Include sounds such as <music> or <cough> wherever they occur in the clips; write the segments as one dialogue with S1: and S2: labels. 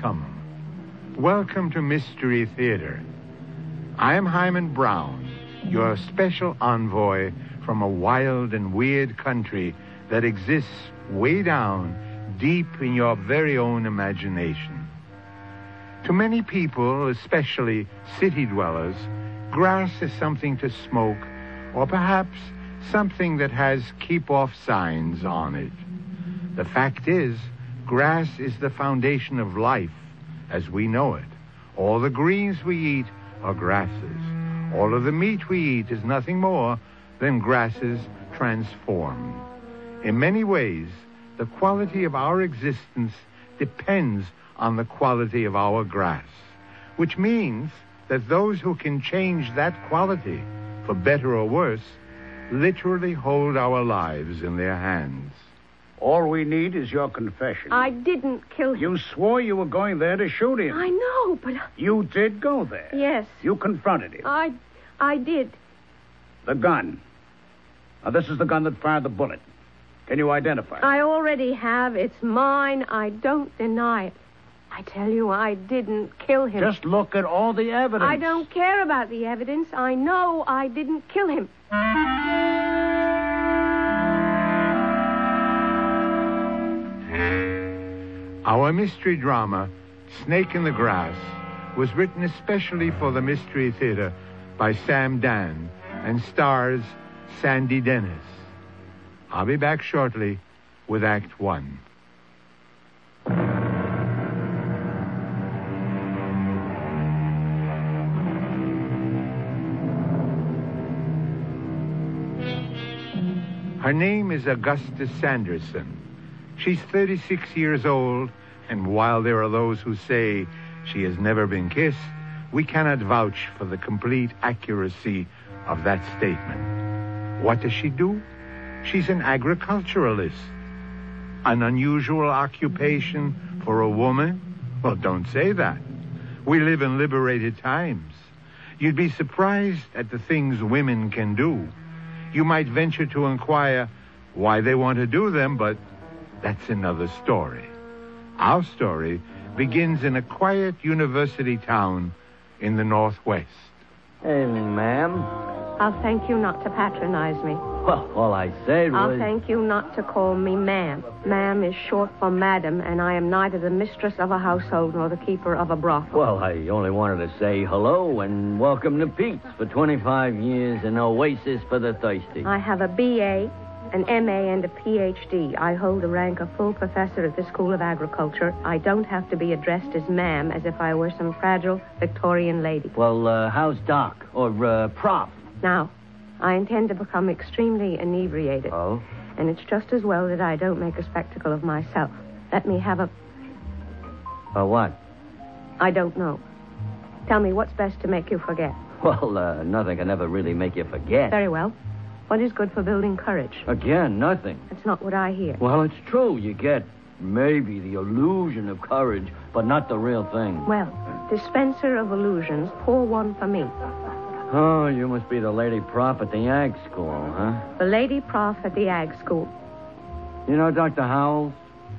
S1: Summon. Welcome to Mystery Theater. I am Hyman Brown, your special envoy from a wild and weird country that exists way down, deep in your very own imagination. To many people, especially city dwellers, grass is something to smoke, or perhaps something that has keep off signs on it. The fact is, grass is the foundation of life as we know it. All the greens we eat are grasses. All of the meat we eat is nothing more than grasses transformed. In many ways, the quality of our existence depends on the quality of our grass, which means that those who can change that quality, for better or worse, literally hold our lives in their hands.
S2: All we need is your confession.
S3: I didn't kill him.
S2: You swore you were going there to shoot him.
S3: I know, but I-
S2: You did go there.
S3: yes,
S2: You confronted him.
S3: I, I did.
S2: the gun. Now, this is the gun that fired the bullet. Can you identify? it?
S3: I already have. It's mine. I don't deny it. I tell you, I didn't kill him.
S2: Just look at all the evidence.
S3: I don't care about the evidence. I know I didn't kill him.
S1: Our mystery drama, Snake in the Grass, was written especially for the Mystery Theater by Sam Dan and stars Sandy Dennis. I'll be back shortly with Act One. Her name is Augusta Sanderson. She's 36 years old, and while there are those who say she has never been kissed, we cannot vouch for the complete accuracy of that statement. What does she do? She's an agriculturalist. An unusual occupation for a woman? Well, don't say that. We live in liberated times. You'd be surprised at the things women can do. You might venture to inquire why they want to do them, but that's another story. Our story begins in a quiet university town in the Northwest.
S4: Evening, ma'am.
S3: I'll thank you not to patronize me.
S4: Well, all I said
S3: I'll
S4: was.
S3: thank you not to call me ma'am. Ma'am is short for madam, and I am neither the mistress of a household nor the keeper of a brothel.
S4: Well, I only wanted to say hello and welcome to Pete's for 25 years, an oasis for the thirsty.
S3: I have a BA, an MA, and a PhD. I hold the rank of full professor at the School of Agriculture. I don't have to be addressed as ma'am as if I were some fragile Victorian lady.
S4: Well, uh, how's Doc? Or uh, Prop?
S3: Now, I intend to become extremely inebriated,
S4: Oh?
S3: and it's just as well that I don't make a spectacle of myself. Let me have a.
S4: Or Uh, what?
S3: I don't know. Tell me what's best to make you forget.
S4: Well, uh, nothing can ever really make you forget.
S3: Very well. What is good for building courage?
S4: Again, nothing.
S3: That's not what I hear.
S4: Well, it's true. You get maybe the illusion of courage, but not the real thing.
S3: Well, dispenser of illusions, pour one for me.
S4: Oh, you must be the lady prop at the Ag School, huh?
S3: The lady prof at the Ag School.
S4: You know Dr. Howells?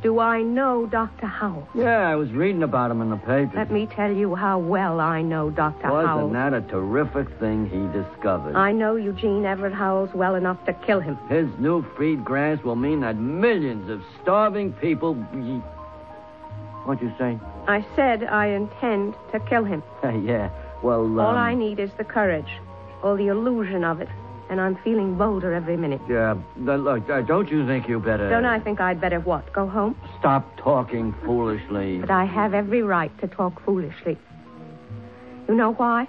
S3: Do I know Dr. Howell?
S4: Yeah, I was reading about him in the papers.
S3: Let me tell you how well I know Dr.
S4: Wasn't
S3: Howell.
S4: that a terrific thing he discovered?
S3: I know Eugene Everett Howells well enough to kill him.
S4: His new feed grass will mean that millions of starving people. Ye- What'd you say? <laughs>
S3: I said I intend to kill him.
S4: yeah. Well, um,
S3: All I need is the courage, or the illusion of it, and I'm feeling bolder every minute.
S4: Yeah. th- look, uh, don't you think you better?
S3: Don't I think I'd better what? Go home?
S4: Stop talking foolishly.
S3: But I have every right to talk foolishly. You know why?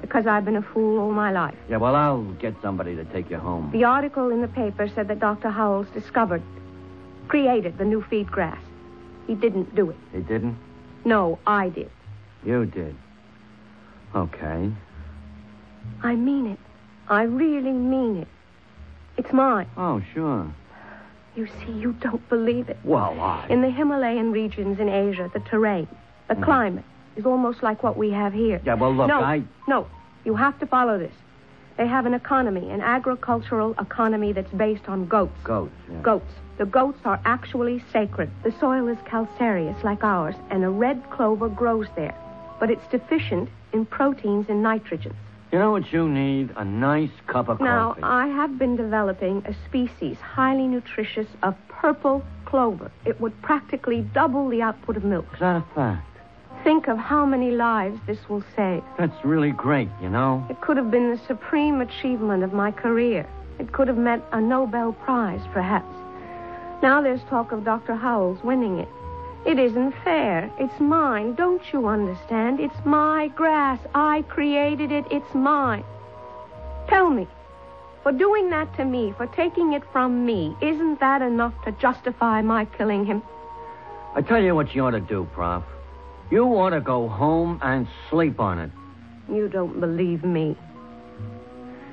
S3: Because I've been a fool all my life.
S4: Yeah. Well, I'll get somebody to take you home.
S3: The article in the paper said that Dr. Howells discovered, created the new feed grass. He didn't do it.
S4: He didn't.
S3: No, I did.
S4: You did. Okay.
S3: I mean it. I really mean it. It's mine.
S4: Oh, sure.
S3: You see, you don't believe it.
S4: Well, I.
S3: In the Himalayan regions in Asia, the terrain, the climate is almost like what we have here.
S4: Yeah, Mm. well, look,
S3: no,
S4: I-
S3: No, you have to follow this. They have an economy, an agricultural economy that's based on goats.
S4: Goats. yeah.
S3: Goats. The goats are actually sacred. The soil is calcareous like ours, and a red clover grows there. But it's deficient in proteins and nitrogen.
S4: You know what you need? A nice cup of
S3: Now, uh,
S4: coffee.
S3: I have been developing a species highly nutritious of purple clover. It would practically double the output of milk.
S4: Is that a fact?
S3: Think of how many lives this will save.
S4: That's really great, you know.
S3: It could have been the supreme achievement of my career. It could have meant a Nobel Prize, perhaps. Now there's talk of Dr. Howells winning it. It isn't fair. It's mine. Don't you understand? It's my grass. I created it. It's mine. Tell me, for doing that to me, for taking it from me, isn't that enough to justify my killing him?
S4: I tell you what you ought to do, Prof. You ought to go home and sleep on it.
S3: You don't believe me.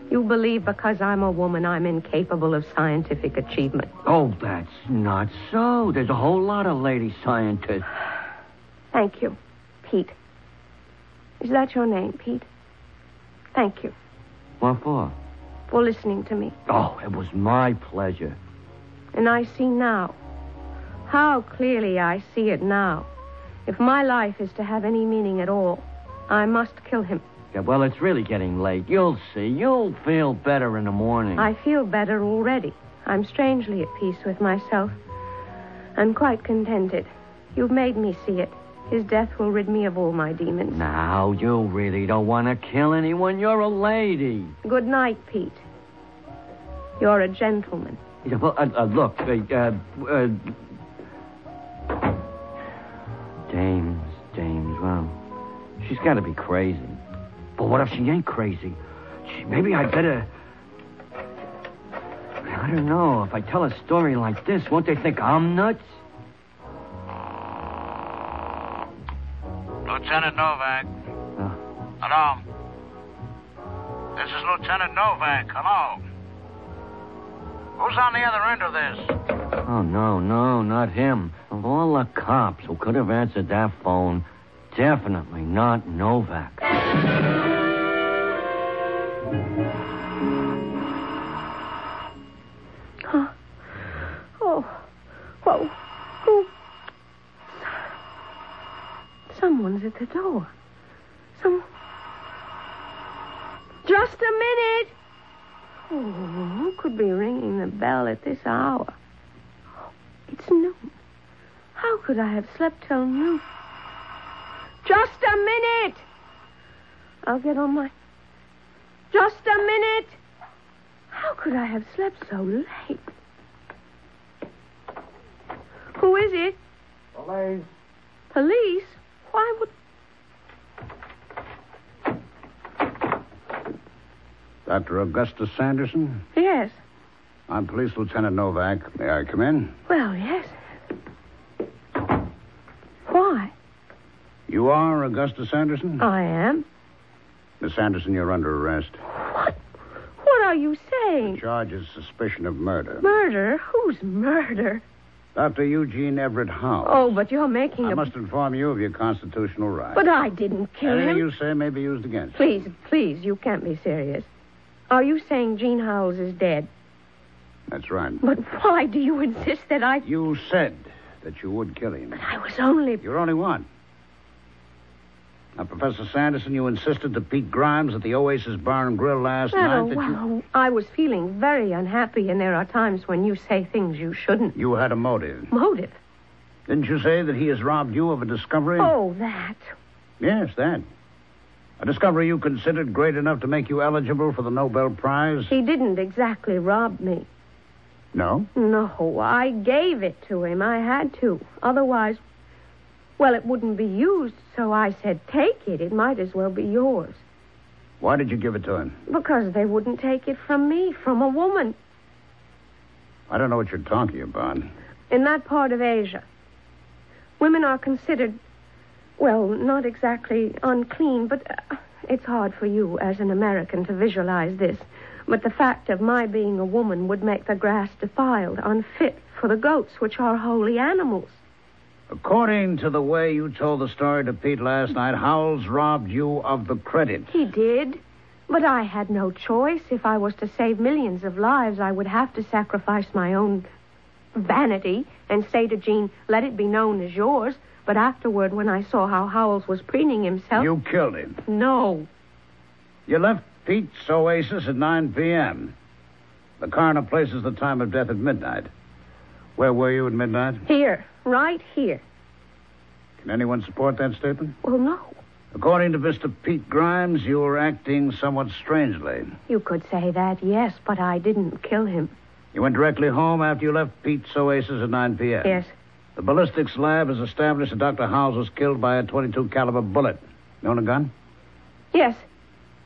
S3: You believe because I'm a woman, I'm incapable of scientific achievement.
S4: Oh, that's not so. There's a whole lot of lady scientists.
S3: Thank you, Pete. Is that your name, Pete? Thank you
S4: What for?
S3: for listening to me.
S4: Oh, it was my pleasure.
S3: And I see now. How clearly I see it now. If my life is to have any meaning at all, I must kill him.
S4: Yeah, well, it's really getting late. You'll see. You'll feel better in the morning.
S3: I feel better already. I'm strangely at peace with myself. I'm quite contented. You've made me see it. His death will rid me of all my demons.
S4: Now, you really don't want to kill anyone. You're a lady.
S3: Good night, Pete. You're a gentleman.
S4: Yeah, well, uh, uh, look, uh, uh, uh, James, James, well, she's got to be crazy. But what if she ain't crazy? She, maybe I better. I don't know. If I tell a story like this, won't they think I'm nuts?
S5: Lieutenant Novak.
S4: Uh,
S5: Hello. This is Lieutenant Novak. Hello. Who's on the other end of this?
S4: oh, no, no, not him. Of all the cops who could have answered that phone, definitely not Novak.
S3: Oh, whoa, who? Someone's at the door. Some. Just a minute. Oh, who could be ringing the bell at this hour? It's noon. How could I have slept till noon? Just a minute. I'll get on my. Just a minute. How could I have slept so late? Who is it? Police. Police? Why would.
S6: Dr. Augustus Sanderson?
S3: Yes.
S6: I'm Police Lieutenant Novak. May I come in?
S3: Well, yes. Why?
S6: You are Augustus Sanderson?
S3: I am.
S6: Miss Sanderson, you're under arrest.
S3: What? What are you saying?
S6: Charge is suspicion of murder.
S3: Murder? Who's murder?
S6: Dr. Eugene Everett Howe.
S3: Oh, but you're making
S6: I
S3: a.
S6: must inform you of your constitutional right.
S3: But I didn't kill
S6: Anything
S3: him.
S6: you say may be used against you.
S3: Please, please, you can't be serious. Are you saying Gene Howells is dead?
S6: That's right.
S3: But why do you insist that I.
S6: You said that you would kill him.
S3: I was only.
S6: You're only one. Now, Professor Sanderson, you insisted to Pete Grimes at the Oasis Bar and Grill last
S3: Well,
S6: night that you...
S3: well, I was feeling very unhappy, and there are times when you say things you shouldn't.
S6: You had a motive.
S3: Motive?
S6: Didn't you say that he has robbed you of a discovery?
S3: Oh, that.
S6: Yes, that. A discovery you considered great enough to make you eligible for the Nobel Prize?
S3: He didn't exactly rob me.
S6: No.
S3: No, I gave it to him. I had to. Otherwise, well, it wouldn't be used, so I said, take it. It might as well be yours.
S6: Why did you give it to him?
S3: Because they wouldn't take it from me, from a woman,
S6: I don't know what you're talking about.
S3: in that part of Asia. Women are considered, well, not exactly unclean, but uh, it's hard for you as an American to visualize this. But the fact of my being a woman would make the grass defiled, unfit for the goats, which are holy animals.
S6: According to the way you told the story to Pete last night, Howells robbed you of the credit.
S3: He did. But I had no choice. If I was to save millions of lives, I would have to sacrifice my own vanity and say to Jean, let it be known as yours. But afterward, when I saw how Howells was preening himself.
S6: You killed him.
S3: No.
S6: You left Pete's Oasis at 9 p.m. The coroner places the time of death at midnight. Where were you at midnight?
S3: Here. Right here.
S6: Can anyone support that statement?
S3: Well, no.
S6: According to Mr. Pete Grimes, you were acting somewhat strangely.
S3: You could say that, yes, but I didn't kill him.
S6: You went directly home after you left Pete's Oasis at 9 p.m.
S3: Yes.
S6: The ballistics lab has established that Dr. Howells was killed by a 22 caliber bullet. You own a gun?
S3: Yes.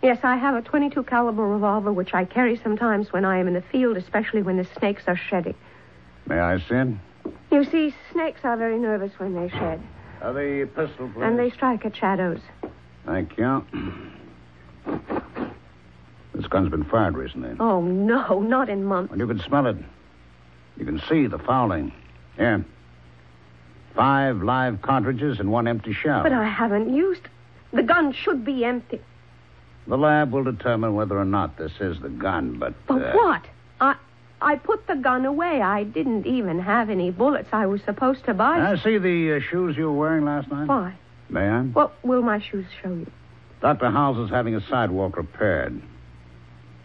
S3: Yes, I have a 22 caliber revolver which I carry sometimes when I am in the field, especially when the snakes are shedding.
S6: May I see it?
S3: You see, snakes are very nervous when they shed.
S6: Uh, the pistol, please.
S3: And they strike at shadows.
S6: Thank you. <clears throat> This gun's been fired recently.
S3: Oh, no, not in months.
S6: Well, you can smell it. You can see the fouling. Here. Five live cartridges and one empty shell.
S3: But I haven't used. The gun should be empty.
S6: The lab will determine whether or not this is the gun, but.
S3: But
S6: uh,
S3: what? I. I put the gun away. I didn't even have any bullets. I was supposed to buy.
S6: I see the uh, shoes you were wearing last night.
S3: Why?
S6: May I?
S3: What will my shoes show you?
S6: Dr. Howells is having a sidewalk repaired.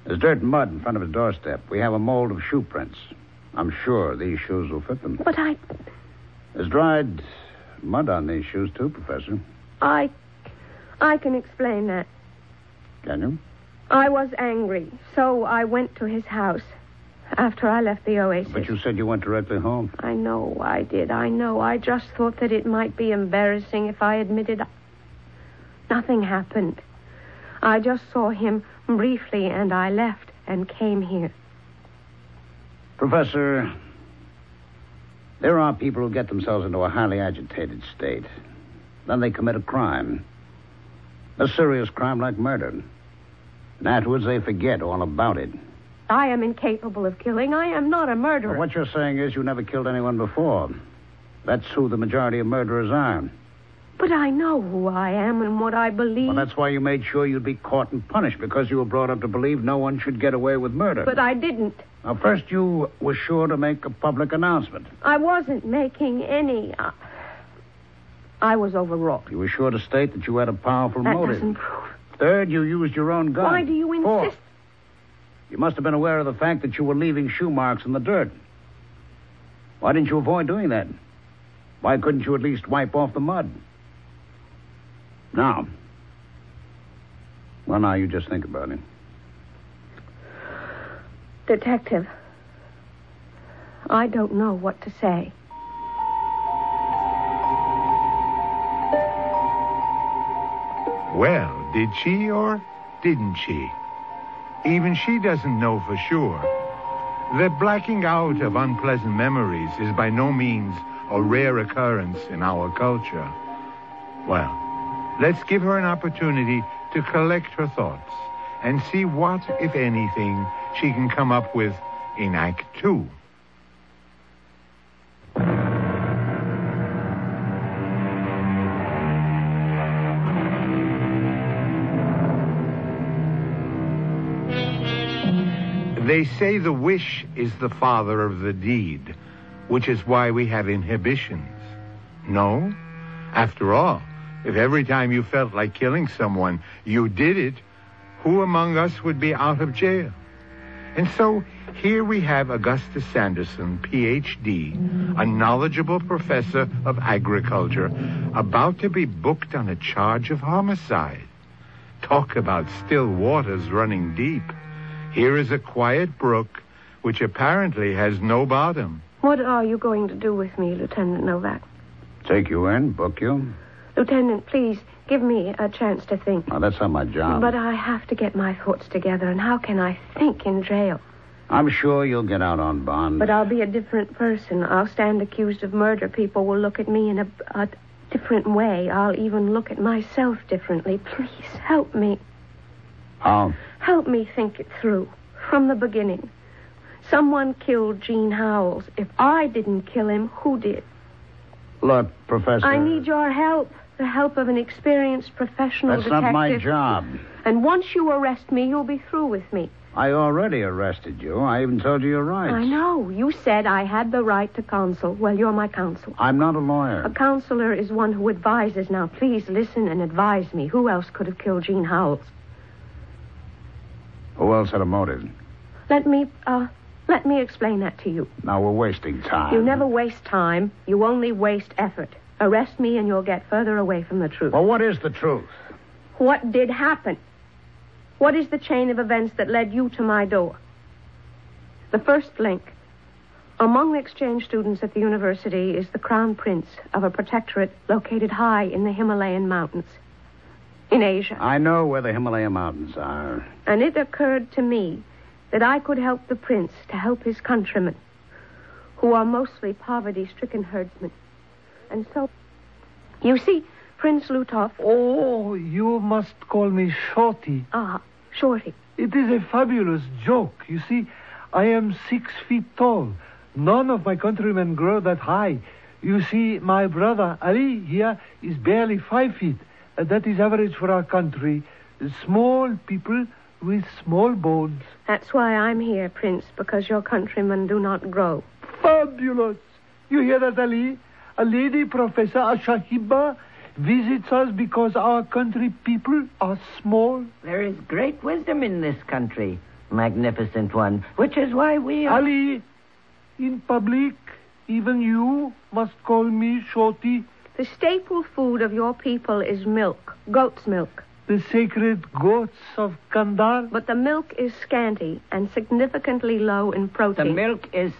S6: There's dirt and mud in front of his doorstep. We have a mold of shoe prints. I'm sure these shoes will fit them.
S3: But I.
S6: There's dried mud on these shoes, too, Professor.
S3: I. I can explain that.
S6: Can you?
S3: I was angry, so I went to his house after I left the oasis.
S6: But you said you went directly home.
S3: I know I did. I know. I just thought that it might be embarrassing if I admitted. Nothing happened. I just saw him briefly, and I left and came here.
S6: Professor, there are people who get themselves into a highly agitated state. Then they commit a crime, a serious crime like murder. And afterwards, they forget all about it.
S3: I am incapable of killing. I am not a murderer.
S6: But what you're saying is you never killed anyone before. That's who the majority of murderers are.
S3: But I know who I am and what I believe.
S6: Well, that's why you made sure you'd be caught and punished, because you were brought up to believe no one should get away with murder.
S3: But I didn't.
S6: Now, first, you were sure to make a public announcement.
S3: I wasn't making any. I- I was overwrought.
S6: You were sure to state that you had a powerful
S3: That
S6: motive.
S3: doesn't prove.
S6: Third, you used your own gun.
S3: Why do you
S6: Fourth,
S3: insist?
S6: you must have been aware of the fact that you were leaving shoe marks in the dirt. Why didn't you avoid doing that? Why couldn't you at least wipe off the mud? Now. Well, now you just think about it.
S3: Detective, I don't know what to say.
S1: Well, did she or didn't she? Even she doesn't know for sure. The blacking out of unpleasant memories is by no means a rare occurrence in our culture. Well, let's give her an opportunity to collect her thoughts and see what, if anything, she can come up with in Act Two. They say the wish is the father of the deed, which is why we have inhibitions. No? After all, if every time you felt like killing someone, you did it, who among us would be out of jail? And so here we have Augustus Sanderson, PhD, a knowledgeable professor of agriculture, about to be booked on a charge of homicide. Talk about still waters running deep. Here is a quiet brook which apparently has no bottom.
S3: What are you going to do with me, Lieutenant Novak?
S6: Take you in, book you.
S3: Lieutenant, please give me a chance to think.
S6: Now, that's not my job.
S3: But I have to get my thoughts together, and how can I think in jail?
S6: I'm sure you'll get out on bond.
S3: But I'll be a different person. I'll stand accused of murder. People will look at me in a, a different way. I'll even look at myself differently. Please help me.
S6: How?
S3: Help me think it through from the beginning. Someone killed Gene Howells. If I didn't kill him, who did?
S6: Look, Professor.
S3: I need your help. the help of an experienced professional
S6: That's
S3: detective.
S6: not my job.
S3: And once you arrest me, you'll be through with me.
S6: I already arrested you. I even told you your rights.
S3: I know. You said I had the right to counsel. Well, you're my counsel.
S6: I'm not a lawyer.
S3: A counselor is one who advises. Now, please listen and advise me. Who else could have killed Jean Howells?
S6: Who else had a motive?
S3: Let me, uh, let me explain that to you.
S6: Now we're wasting time.
S3: You never waste time. You only waste effort. Arrest me and you'll get further away from the truth.
S6: Well, what is the truth?
S3: What did happen? What is the chain of events that led you to my door? The first link. Among the exchange students at the university is the crown prince of a protectorate located high in the Himalayan mountains in Asia.
S6: I know where the Himalaya Mountains are.
S3: And it occurred to me that I could help the prince to help his countrymen, who are mostly poverty stricken herdsmen. And so, you see, Prince Lutov,
S7: Oh, you must call me Shorty.
S3: ah, Shorty,
S7: It is a fabulous joke. You see, I am six feet tall. None of my countrymen grow that high. You see, my brother Ali here is barely five feet. Uh, that is average for our country. Small people with small bones.
S3: that's why I'm here, Prince, because your countrymen do not grow.
S7: Fabulous! You hear that, Ali? A lady professor, a Shahiba, visits us because our country people are small.
S4: There is great wisdom in this country, magnificent one, which is why we are.
S7: Ali, in public, even you must call me Shorty.
S3: The staple food of your people is milk, goat's milk.
S7: the sacred goats of Kandar.
S3: But the milk is scanty and significantly low in
S4: The
S3: protein.
S4: milk is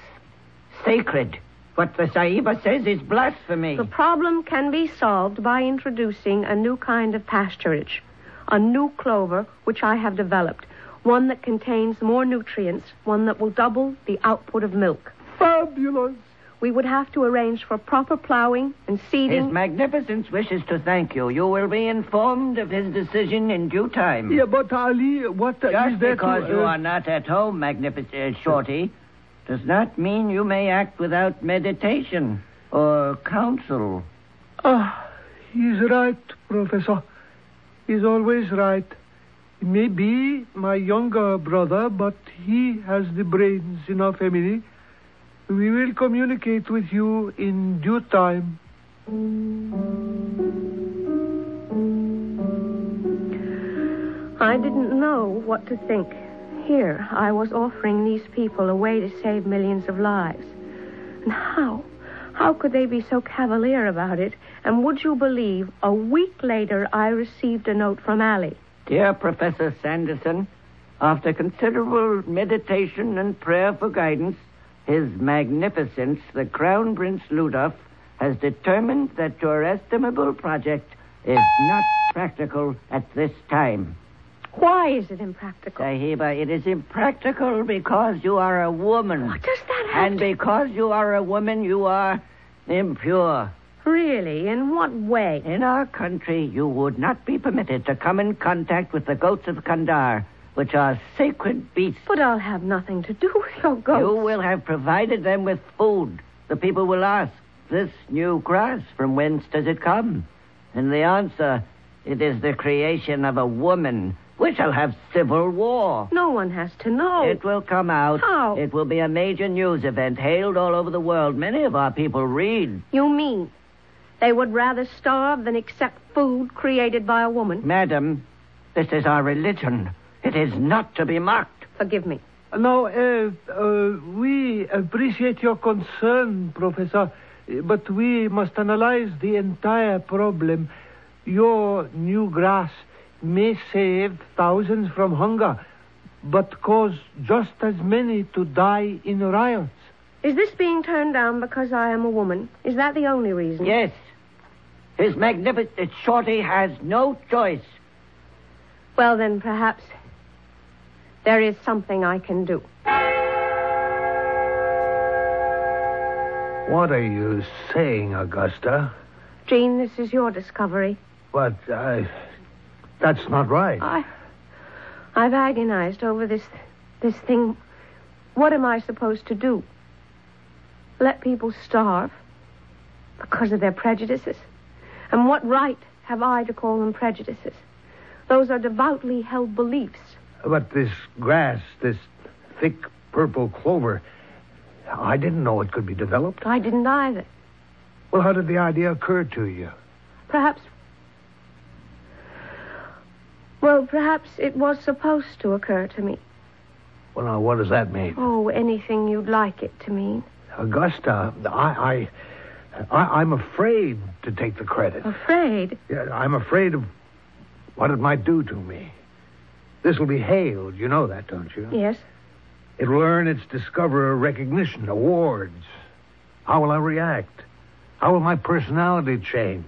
S4: sacred. What the Saiba says is blasphemy.
S3: The problem can be solved by introducing a new kind of pasturage, a new clover which I have developed, one that contains more nutrients, one that will double the output of milk.
S7: Fabulous!
S3: We would have to arrange for proper plowing and
S4: His
S3: seeding.
S4: magnificence wishes to thank you. You will be informed of his decision in due time.
S7: Yeah, but Ali, what is
S4: Just
S7: there
S4: because
S7: to,
S4: you
S7: uh,
S4: are not at home, magnificent uh, Shorty, does not mean you may act without meditation or counsel.
S7: Ah, he's right, Professor. He's always right. Maybe my younger brother, but he has the brains in our family. We will communicate with you in due time.
S3: I didn't know what to think. Here, I was offering these people a way to save millions of lives. And how? How could they be so cavalier about it? And would you believe, a week later, I received a note from Allie.
S4: Dear Professor Sanderson, after considerable meditation and prayer for guidance, His Magnificence, the Crown Prince Ludov, has determined that your estimable project is not practical at this time.
S3: Why is it impractical?
S4: Sahiba, it is impractical because you are a woman.
S3: What does that have
S4: And
S3: to...
S4: because you are a woman, you are impure.
S3: Really, in what way?
S4: In our country, you would not be permitted to come in contact with the goats of Kandar, which are sacred beasts.
S3: But I'll have nothing to do <laughs> with your goats.
S4: You will have provided them with food. The people will ask, This new grass, from whence does it come? And the answer, It is the creation of a woman. We shall have civil war.
S3: No one has to know.
S4: It will come out.
S3: Oh. How?
S4: It will be a major news event hailed all over the world. Many of our people read.
S3: You mean they would rather starve than accept food created by a woman?
S4: Mm. Madam, this is our religion. It is not to be mocked.
S3: Forgive me.
S7: Now, uh, uh, we appreciate your concern, Professor, uh, but we must analyze the entire problem. Your new grass may save thousands from hunger, but cause just as many to die in riots.
S3: Is this being turned down because I am a woman? Is that the only reason?
S4: Yes. His magnificent Shorty has no choice.
S3: Well, then perhaps there is something I can do.
S8: What are you saying, Augusta?
S3: Jean, this is your discovery.
S8: But I. That's not right.
S3: I, I've agonized over this, this thing. What am I supposed to do? Let people starve because of their prejudices? And what right have I to call them prejudices? Those are devoutly held beliefs.
S7: But this grass, this thick purple clover, I didn't know it could be developed.
S3: I didn't either.
S7: Well, how did the idea occur to you?
S3: Perhaps. Well, perhaps it was supposed to occur to me.
S7: Well, now, what does that mean?
S3: Oh, anything you'd like it to mean.
S7: Augusta, I, I, I, I'm afraid to take the credit.
S3: Afraid?
S7: Yeah, I'm afraid of what it might do to me. This will be hailed. You know that, don't you?
S3: Yes.
S7: It will earn its discoverer recognition, awards. How will I react? How will my personality change?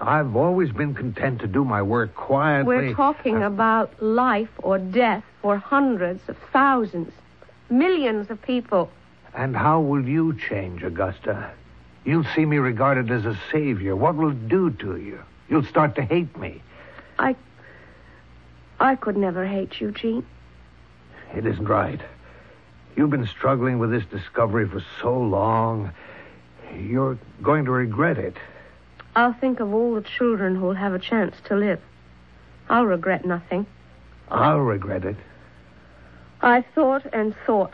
S7: I've always been content to do my work quietly.
S3: We're talking
S7: Uh,
S3: about life or death for hundreds of thousands, millions of people.
S7: And how will you change, Augusta? You'll see me regarded as a savior. What will it do to you? You'll start to hate me.
S3: I. I could never hate you, Gene.
S7: It isn't right. You've been struggling with this discovery for so long. You're going to regret it.
S3: I'll think of all the children who'll have a chance to live. I'll regret nothing.
S7: I'll regret it.
S3: I thought and thought.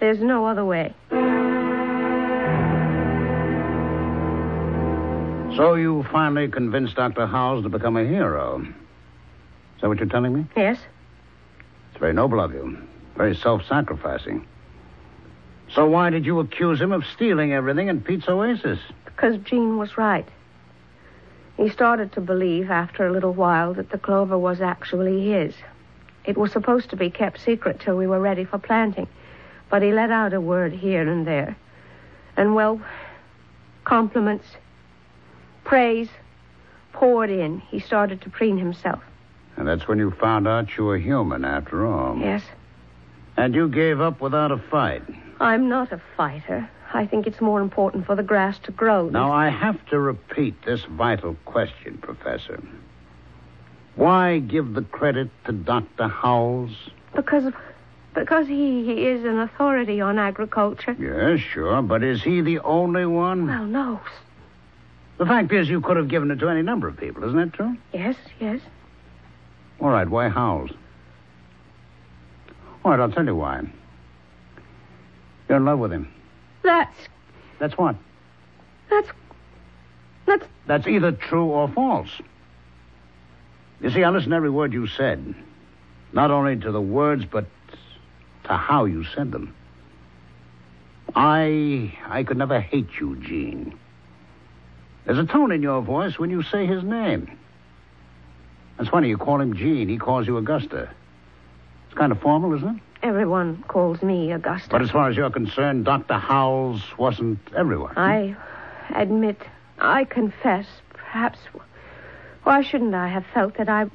S3: There's no other way.
S6: So you finally convinced Dr. Howells to become a hero. Is that what you're telling me?
S3: Yes?
S6: It's very noble of you, very self sacrificing. So why did you accuse him of stealing everything in Pete's Oasis?
S3: Because Jean was right. He started to believe after a little while that the clover was actually his. It was supposed to be kept secret till we were ready for planting, but he let out a word here and there. And, well, compliments, praise poured in. He started to preen himself.
S6: And that's when you found out you were human after all.
S3: Yes,
S6: And you gave up without a fight.
S3: I'm not a fighter. I think it's more important for the grass to grow. than-
S6: Now, I have to repeat this vital question, Professor. Why give the credit to Dr. Howells?
S3: Because, because he, he is an authority on agriculture.
S6: Yes, sure, but is he the only one?
S3: Well, no.
S6: The fact is, you could have given it to any number of people, isn't that true?
S3: Yes, yes.
S6: All right, why Howells? All right, I'll tell you why. You're in love with him.
S3: That's
S6: That's what?
S3: that's that's
S6: That's either true or false. You see, I listened to every word you said. Not only to the words, but to how you said them. I I could never hate you, Jean. There's a tone in your voice when you say his name. That's funny, you call him Jean, he calls you Augusta. It's kind of formal, isn't it?
S3: everyone calls me Augusta.
S6: But as far as you're concerned, Dr. Howells wasn't everyone.
S3: I admit, I confess, perhaps why shouldn't I have felt that I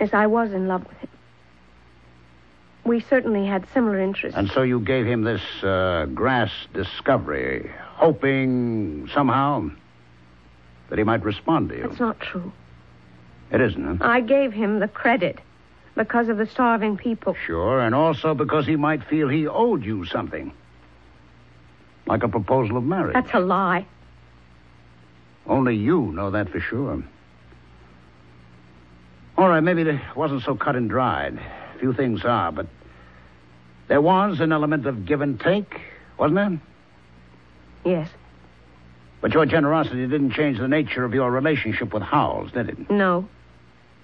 S3: as I was in love with him. We certainly had similar interests.
S6: And so you gave him this uh, grass discovery, hoping somehow that he might respond to you.
S3: That's not true.
S6: It isn't, huh?
S3: I gave him the credit because of the starving people.
S6: Sure, and also because he might feel he owed you something. Like a proposal of marriage.
S3: That's a lie.
S6: Only you know that for sure. All right, maybe it wasn't so cut and dried. Few things are, but there was an element of give and take, wasn't there?
S3: Yes.
S6: But your generosity didn't change the nature of your relationship with Howells, did it?
S3: No.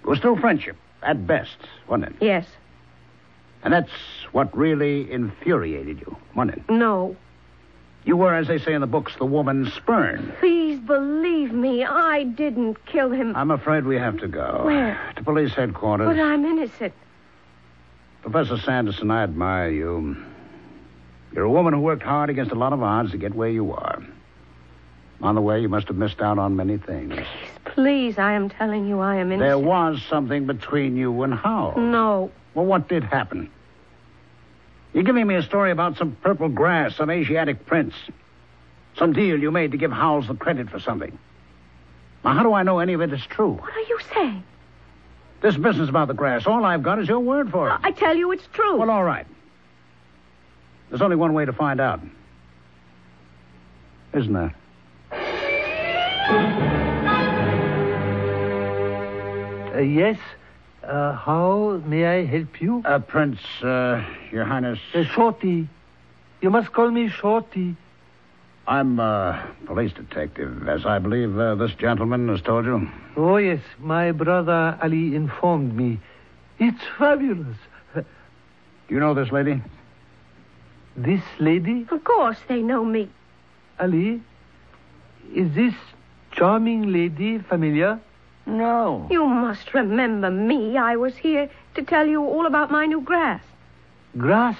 S6: It was still friendship, at best, wasn't it?
S3: Yes.
S6: And that's what really infuriated you, wasn't it?
S3: No.
S6: You were, as they say in the books, the woman spurned.
S3: Please believe me, I didn't kill him.
S6: I'm afraid we have to go.
S3: Where?
S6: To police headquarters.
S3: But I'm innocent.
S6: Professor Sanderson, I admire you. You're a woman who worked hard against a lot of odds to get where you are. On the way, you must have missed out on many things.
S3: Please, I am telling you I am
S6: There
S3: innocent.
S6: was something between you and Howells.
S3: No.
S6: Well, what did happen? You're giving me a story about some purple grass, some Asiatic prince, some deal you made to give Howells the credit for something. Now, how do I know any of it is true?
S3: What are you saying?
S6: This business about the grass, all I've got is your word for it.
S3: I I tell you it's true.
S6: Well, uh, all right. There's only one way to find out. Isn't there?
S7: Uh, yes. Uh, how may I help you?
S6: Uh, Prince, uh, Your Highness,
S7: Uh, Shorty. You must call me Shorty.
S6: I'm a police detective, as I believe uh, this gentleman has told you.
S7: Oh, yes. My brother Ali informed me. It's fabulous.
S6: Do you know this lady?
S7: This lady,
S3: Of course they know me.
S7: Ali, is this charming lady familiar?
S4: No.
S3: You must remember me. I was here to tell you all about my new grass.
S7: Grass?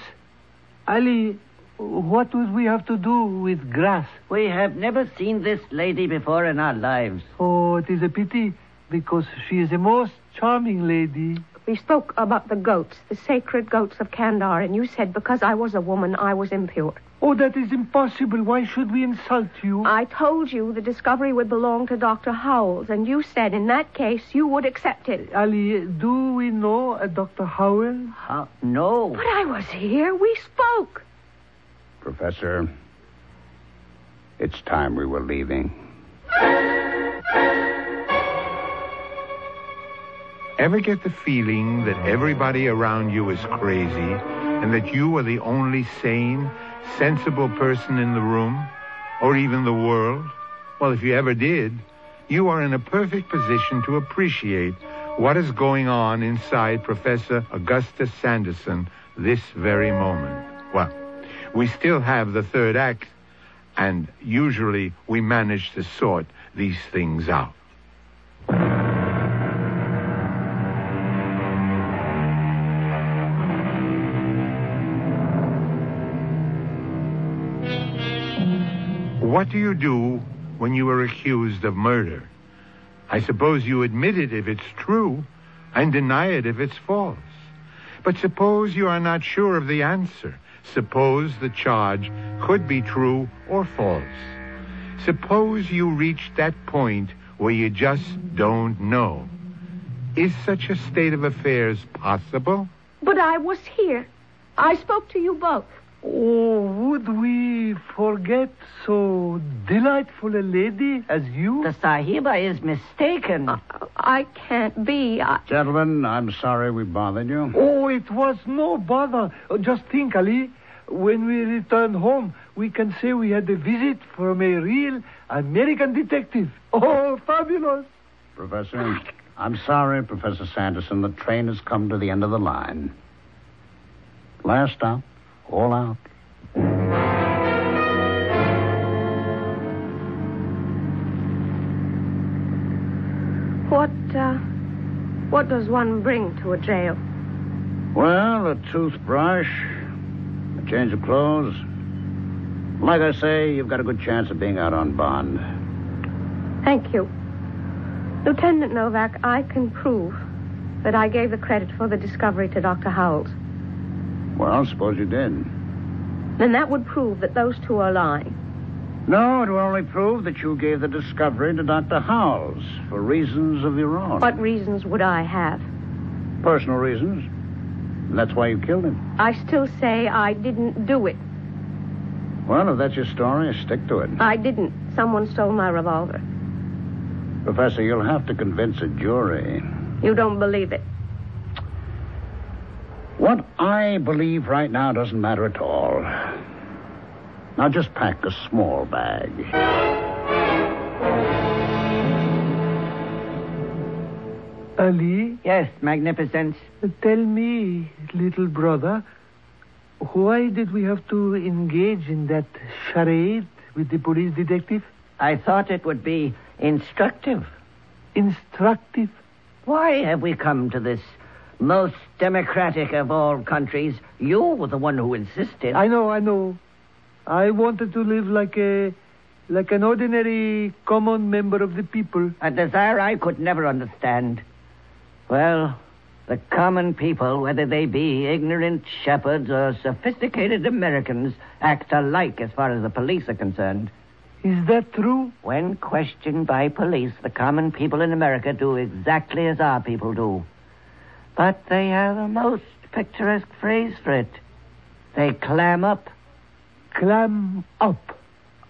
S7: Ali, what would we have to do with grass?
S4: We have never seen this lady before in our lives.
S7: Oh, it is a pity, because she is a most charming lady.
S3: We spoke about the goats, the sacred goats of Kandar, and you said because I was a woman, I was impure.
S7: Oh, that is impossible. Why should we insult you?
S3: I told you the discovery would belong to Dr. Howells, and you said in that case you would accept it.
S7: Ali, do we know a Dr. Howell?
S4: How? No.
S3: But I was here. We spoke.
S6: Professor, it's time we were leaving.
S1: Ever get the feeling that everybody around you is crazy and that you are the only sane, sensible person in the room or even the world? Well, if you ever did, you are in a perfect position to appreciate what is going on inside Professor Augustus Sanderson this very moment. Well, we still have the third act, and usually we manage to sort these things out. What do you do when you are accused of murder? I suppose you admit it if it's true and deny it if it's false. But suppose you are not sure of the answer. Suppose the charge could be true or false. Suppose you reach that point where you just don't know. Is such a state of affairs possible?
S3: But I was here. I spoke to you both.
S7: Oh, would we forget so delightful a lady as you?
S4: The Sahiba is mistaken.
S3: I can't be. I...
S6: Gentlemen, I'm sorry we bothered you.
S7: Oh, it was no bother. Uh, Just think, Ali. When we return home, we can say we had a visit from a real American detective. Oh, fabulous.
S6: Professor, I'm sorry, Professor Sanderson. The train has come to the end of the line. Last out, all out.
S3: What, uh, what does one bring to a jail?
S6: Well, a toothbrush, a change of clothes. Like I say, you've got a good chance of being out on bond.
S3: Thank you. Lieutenant Novak, I can prove that I gave the credit for the discovery to Dr. Howells.
S6: Well, suppose you did.
S3: Then that would prove that those two are lying.
S6: No, it will only prove that you gave the discovery to Dr. Howells for reasons of your own.
S3: What reasons would I have?
S6: Personal reasons. And that's why you killed him.
S3: I still say I didn't do it.
S6: Well, if that's your story, stick to it.
S3: I didn't. Someone stole my revolver.
S6: Professor, you'll have to convince a jury.
S3: You don't believe it.
S6: What I believe right now doesn't matter at all. Now just pack a small bag.
S7: Ali,
S4: Yes, magnificence.
S7: tell me, little brother, why did we have to engage in that charade with the police detective?
S4: I thought it would be instructive.
S7: Instructive.
S4: Why have we come to this most democratic of all countries? You were the one who insisted.
S7: I know, I know. I wanted to live like a like an ordinary common member of the people.
S4: A desire I could never understand. Well, the common people, whether they be ignorant shepherds or sophisticated Americans, act alike as far as the police are concerned.
S7: Is that true?
S4: When questioned by police, the common people in America do exactly as our people do. But they have a most picturesque phrase for it. They clam up.
S7: Clam up.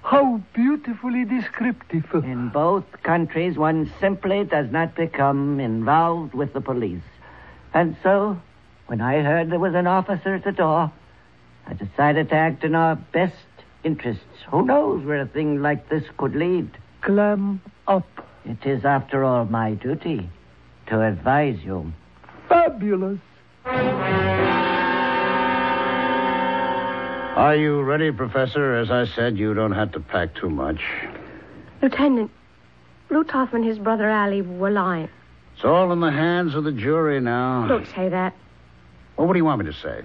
S9: How beautifully descriptive.
S4: In both countries, one simply does not become involved with the police. And so, when I heard there was an officer at the door, I decided to act in our best interests. Who knows where a thing like this could lead?
S9: Clam up.
S4: It is, after all, my duty to advise you.
S9: Fabulous.
S6: Are you ready, Professor? As I said, you don't have to pack too much.
S3: Lieutenant, Lutoff and his brother Ali were lying.
S6: It's all in the hands of the jury now.
S3: Don't say that.
S6: Well, what do you want me to say?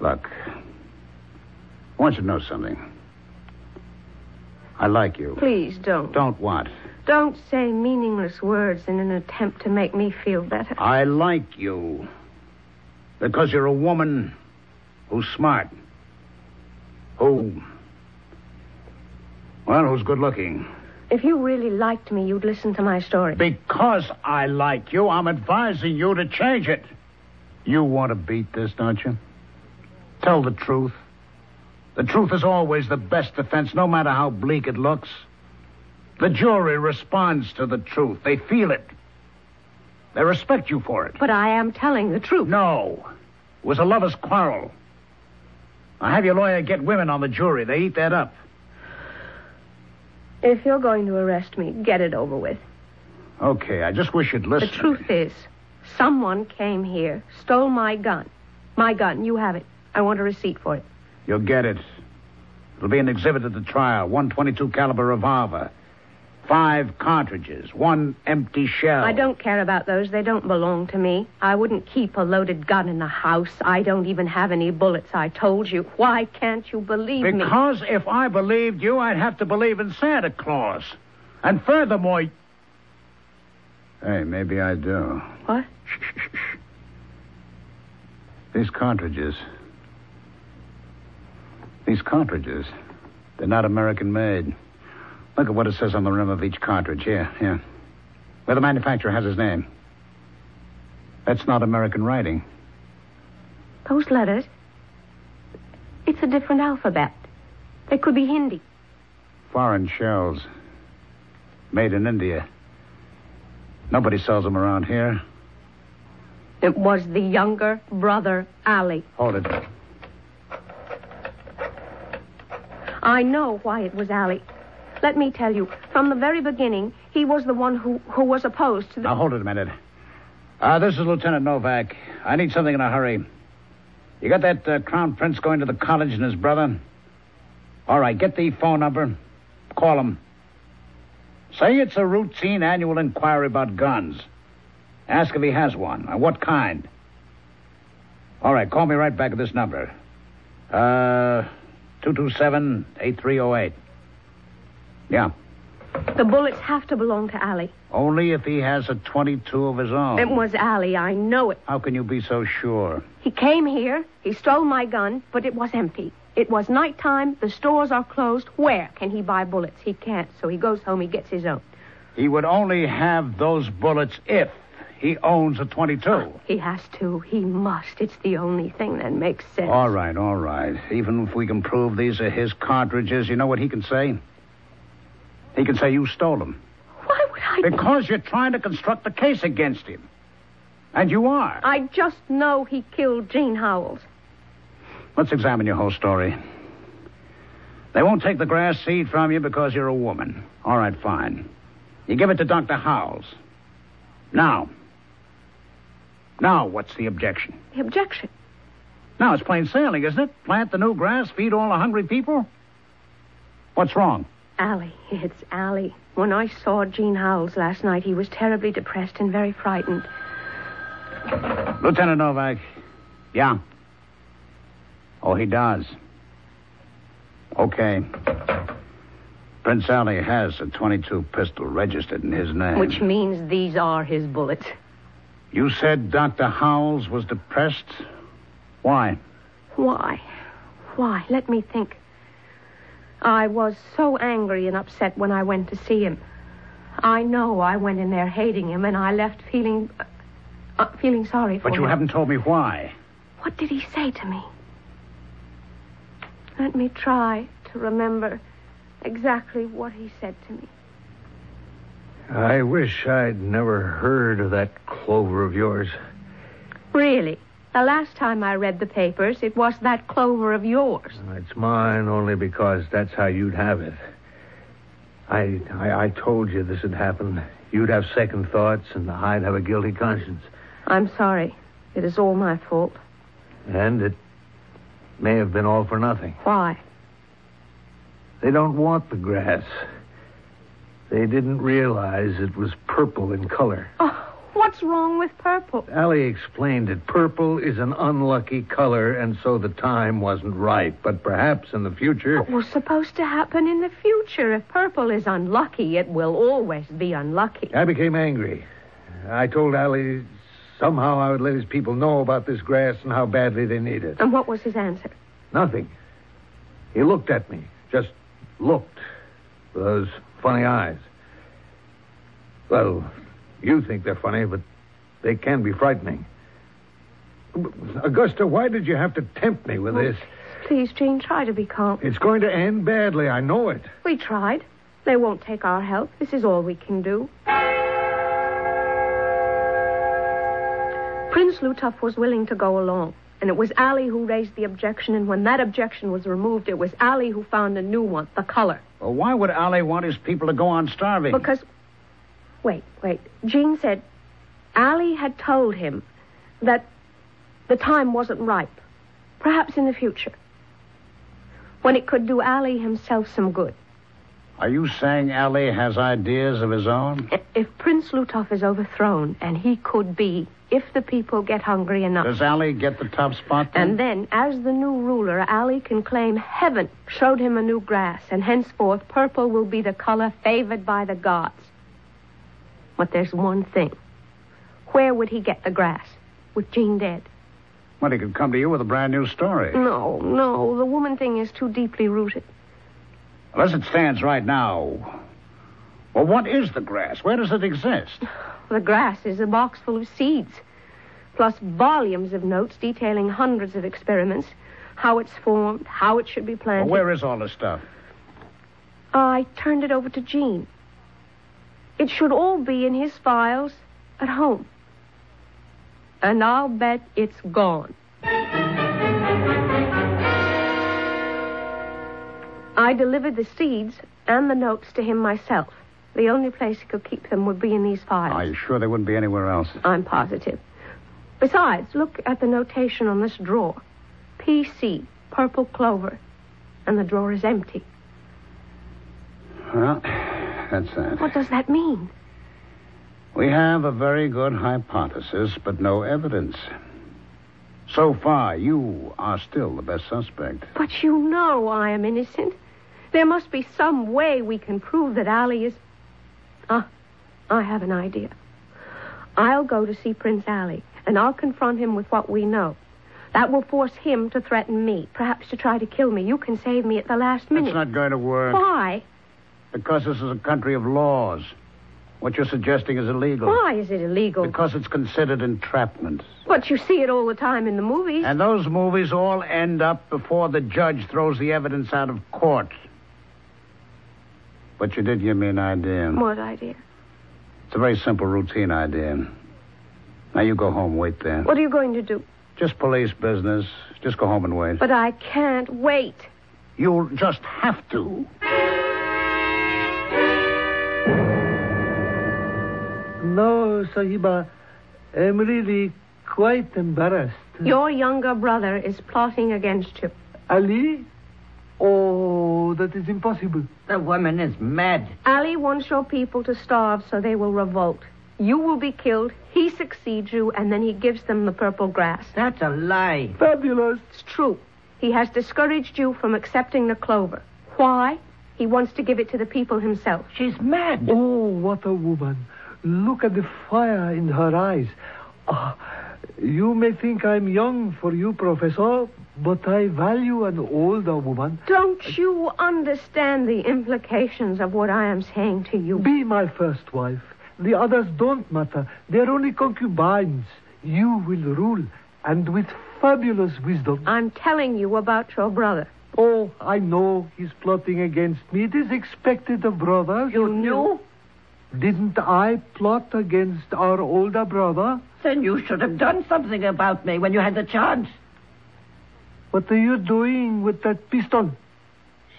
S6: Look, I want you to know something. I like you.
S3: Please don't.
S6: Don't what?
S3: Don't say meaningless words in an attempt to make me feel better.
S6: I like you. Because you're a woman who's smart. Who. Well, who's good looking.
S3: If you really liked me, you'd listen to my story.
S6: Because I like you, I'm advising you to change it. You want to beat this, don't you? Tell the truth. The truth is always the best defense, no matter how bleak it looks. The jury responds to the truth. They feel it. They respect you for it.
S3: But I am telling the truth.
S6: No. It was a lover's quarrel. I have your lawyer get women on the jury. They eat that up.
S3: If you're going to arrest me, get it over with.
S6: Okay, I just wish you'd listen.
S3: The truth is, someone came here, stole my gun. My gun, you have it. I want a receipt for it.
S6: You'll get it. It'll be an exhibit at the trial. One twenty-two caliber revolver, five cartridges, one empty shell.
S3: I don't care about those. They don't belong to me. I wouldn't keep a loaded gun in the house. I don't even have any bullets. I told you. Why can't you believe me?
S6: Because if I believed you, I'd have to believe in Santa Claus. And furthermore. Hey, maybe I do.
S3: What?
S6: These cartridges. These cartridges, they're not American made. Look at what it says on the rim of each cartridge. Here, here. Where the manufacturer has his name. That's not American writing.
S3: Those letters. It's a different alphabet. They could be Hindi.
S6: Foreign shells. Made in India. Nobody sells them around here.
S3: It was the younger brother, Ali.
S6: Hold it.
S3: I know why it was Ali. Let me tell you, from the very beginning, he was the one who, who was opposed to the.
S6: Now, hold it a minute. Uh, this is Lieutenant Novak. I need something in a hurry. You got that uh, crown prince going to the college and his brother? All right, get the phone number. Call him. Say it's a routine annual inquiry about guns. Ask if he has one, and what kind. All right, call me right back at this number. Uh, 227 8308. Yeah.
S3: The bullets have to belong to Ali.
S6: Only if he has a 22 of his own.
S3: It was Ali, I know it.
S6: How can you be so sure?
S3: He came here, he stole my gun, but it was empty. It was nighttime, the stores are closed. Where can he buy bullets? He can't, so he goes home, he gets his own.
S6: He would only have those bullets if he owns a 22.
S3: He has to, he must. It's the only thing that makes sense.
S6: All right, all right. Even if we can prove these are his cartridges, you know what he can say? He can say you stole them.
S3: Why would I?
S6: Because you're trying to construct a case against him. And you are.
S3: I just know he killed Jean Howells.
S6: Let's examine your whole story. They won't take the grass seed from you because you're a woman. All right, fine. You give it to Dr. Howells. Now. Now, what's the objection?
S3: The objection?
S6: Now, it's plain sailing, isn't it? Plant the new grass, feed all the hungry people? What's wrong?
S3: Allie, it's Allie. When I saw Gene Howells last night, he was terribly depressed and very frightened.
S6: Lieutenant Novak. Yeah. Oh, he does. Okay. Prince Ali has a 22 pistol registered in his name.
S3: Which means these are his bullets.
S6: You said Dr. Howells was depressed? Why?
S3: Why? Why? Let me think. I was so angry and upset when I went to see him. I know I went in there hating him, and I left feeling. Uh, feeling sorry for
S6: But you
S3: him.
S6: haven't told me why.
S3: What did he say to me? Let me try to remember exactly what he said to me.
S7: I wish I'd never heard of that clover of yours.
S3: Really, the last time I read the papers, it was that clover of yours.
S7: It's mine only because that's how you'd have it. I, I, I told you this would happen. You'd have second thoughts, and I'd have a guilty conscience.
S3: I'm sorry. It is all my fault.
S7: And it may have been all for nothing.
S3: Why?
S7: They don't want the grass. They didn't realize it was purple in color.
S3: Oh, what's wrong with purple?
S7: Allie explained it. Purple is an unlucky color, and so the time wasn't right. But perhaps in the future.
S3: What was supposed to happen in the future? If purple is unlucky, it will always be unlucky.
S7: I became angry. I told Allie somehow I would let his people know about this grass and how badly they need it.
S3: And what was his answer?
S7: Nothing. He looked at me, just looked with those funny eyes. Well, you think they're funny, but they can be frightening. Augusta, why did you have to tempt me with this?
S3: Please, Jean, try to be calm.
S7: It's going to end badly, I know it.
S3: We tried. They won't take our help. This is all we can do. Prince Lutov was willing to go along, and it was Ali who raised the objection, and when that objection was removed, it was Ali who found a new one, the color.
S6: Well, why would Ali want his people to go on starving?
S3: Because. Wait, wait. Jean said Ali had told him that the time wasn't ripe. Perhaps in the future. When it could do Ali himself some good.
S6: Are you saying Ali has ideas of his own?
S3: If Prince Lutov is overthrown, and he could be if the people get hungry enough.
S6: Does Ali get the top spot then?
S3: And then, as the new ruler, Ali can claim heaven showed him a new grass, and henceforth purple will be the color favored by the gods. But there's one thing. Where would he get the grass? With Jean dead.
S6: Well, he could come to you with a brand new story.
S3: No, no, the woman thing is too deeply rooted.
S6: Unless it stands right now. Well, what is the grass? Where does it exist?
S3: The grass is a box full of seeds, plus volumes of notes detailing hundreds of experiments, how it's formed, how it should be planted.
S6: Well, where is all this stuff?
S3: I turned it over to Jean. It should all be in his files at home. And I'll bet it's gone. I delivered the seeds and the notes to him myself. The only place he could keep them would be in these files.
S6: Are you sure they wouldn't be anywhere else?
S3: I'm positive. Besides, look at the notation on this drawer PC, purple clover. And the drawer is empty.
S6: Well, that's that.
S3: What does that mean?
S6: We have a very good hypothesis, but no evidence. So far, you are still the best suspect.
S3: But you know I am innocent. There must be some way we can prove that Ali is. Ah, I have an idea. I'll go to see Prince Ali, and I'll confront him with what we know. That will force him to threaten me, perhaps to try to kill me. You can save me at the last minute.
S6: It's not going to work.
S3: Why?
S6: Because this is a country of laws. What you're suggesting is illegal.
S3: Why is it illegal?
S6: Because it's considered entrapment.
S3: But you see it all the time in the movies.
S6: And those movies all end up before the judge throws the evidence out of court. But you did give me an idea.
S3: What idea?
S6: It's a very simple routine idea. Now you go home, wait there.
S3: What are you going to do?
S6: Just police business. Just go home and wait.
S3: But I can't wait.
S6: You'll just have to.
S9: No, Sahiba. I'm really quite embarrassed.
S3: Your younger brother is plotting against you.
S9: Ali? Oh, that is impossible.
S4: The woman is mad.
S3: Ali wants your people to starve so they will revolt. You will be killed, he succeeds you, and then he gives them the purple grass.
S4: That's a lie.
S9: Fabulous.
S3: It's true. He has discouraged you from accepting the clover. Why? He wants to give it to the people himself.
S4: She's mad.
S9: Oh, what a woman. Look at the fire in her eyes. Ah, you may think I'm young for you, Professor, but I value an older woman.
S3: Don't you understand the implications of what I am saying to you?
S9: Be my first wife. The others don't matter. They're only concubines. You will rule, and with fabulous wisdom.
S3: I'm telling you about your brother.
S9: Oh, I know he's plotting against me. It is expected of brothers.
S4: You knew?
S9: Didn't I plot against our older brother?
S4: Then you should have done something about me when you had the chance.
S9: What are you doing with that pistol?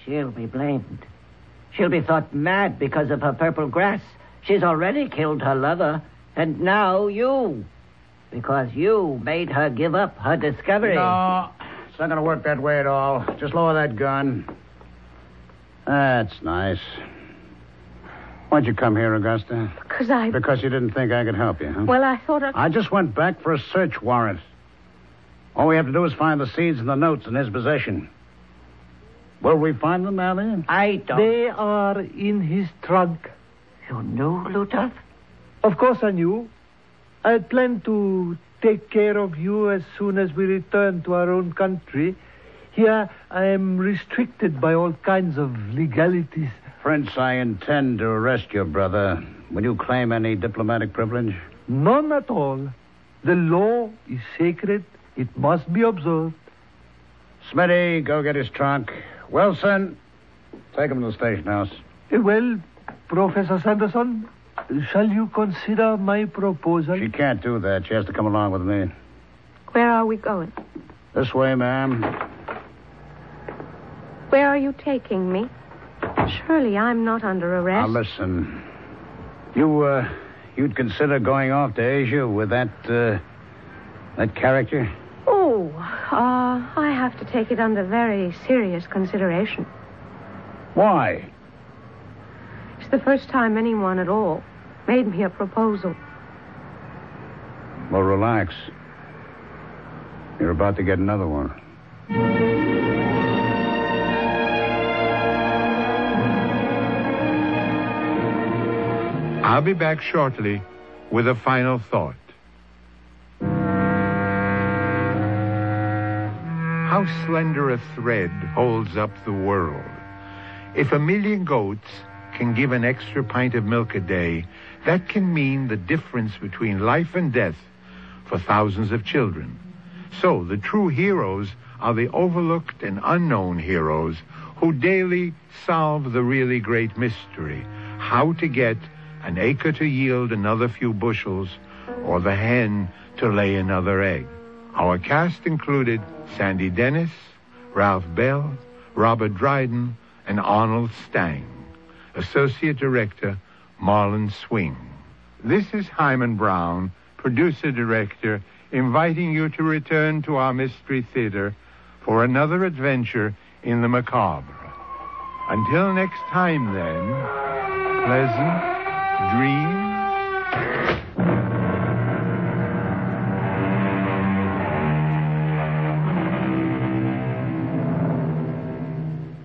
S4: She'll be blamed. She'll be thought mad because of her purple grass. She's already killed her lover, and now you. Because you made her give up her discovery.
S6: No, it's not going to work that way at all. Just lower that gun. That's nice. Why'd you come here, Augusta?
S3: Because I.
S6: Because you didn't think I could help you, huh?
S3: Well, I thought I.
S6: I just went back for a search warrant. All we have to do is find the seeds and the notes in his possession. Will we find them, Allie?
S4: I don't.
S9: They are in his trunk.
S4: You knew, Lutoff?
S9: Of course I knew. I had planned to take care of you as soon as we returned to our own country. Here I am restricted by all kinds of legalities.
S6: Prince, I intend to arrest your brother. Will you claim any diplomatic privilege?
S9: None at all. The law is sacred. It must be observed.
S6: Smitty, go get his trunk. Wilson, take him to the station house.
S9: Eh, Well, Professor Sanderson, shall you consider my proposal?
S6: She can't do that. She has to come along with me.
S3: Where are we going?
S6: This way, ma'am.
S3: Where are you taking me? Surely I'm not under
S6: Now
S3: arrest.
S6: listen. You, uh, you'd consider going off to Asia with that, uh, that character?
S3: Oh, uh, I have to take it under very serious consideration.
S6: Why?
S3: It's the first time anyone at all made me a proposal.
S6: Well, relax. You're about to get another one.
S1: I'll be back shortly with a final thought. How slender a thread holds up the world. If a million goats can give an extra pint of milk a day, that can mean the difference between life and death for thousands of children. So the true heroes are the overlooked and unknown heroes who daily solve the really great mystery how to get an acre to yield another few bushels or the hen to lay another egg. Our cast included Sandy Dennis, Ralph Bell, Robert Dryden, and Arnold Stang. Associate Director, Marlon Swing. This is Hyman Brown, Producer Director, inviting you to return to our Mystery Theater for another adventure in the macabre. Until next time, then, pleasant dreams.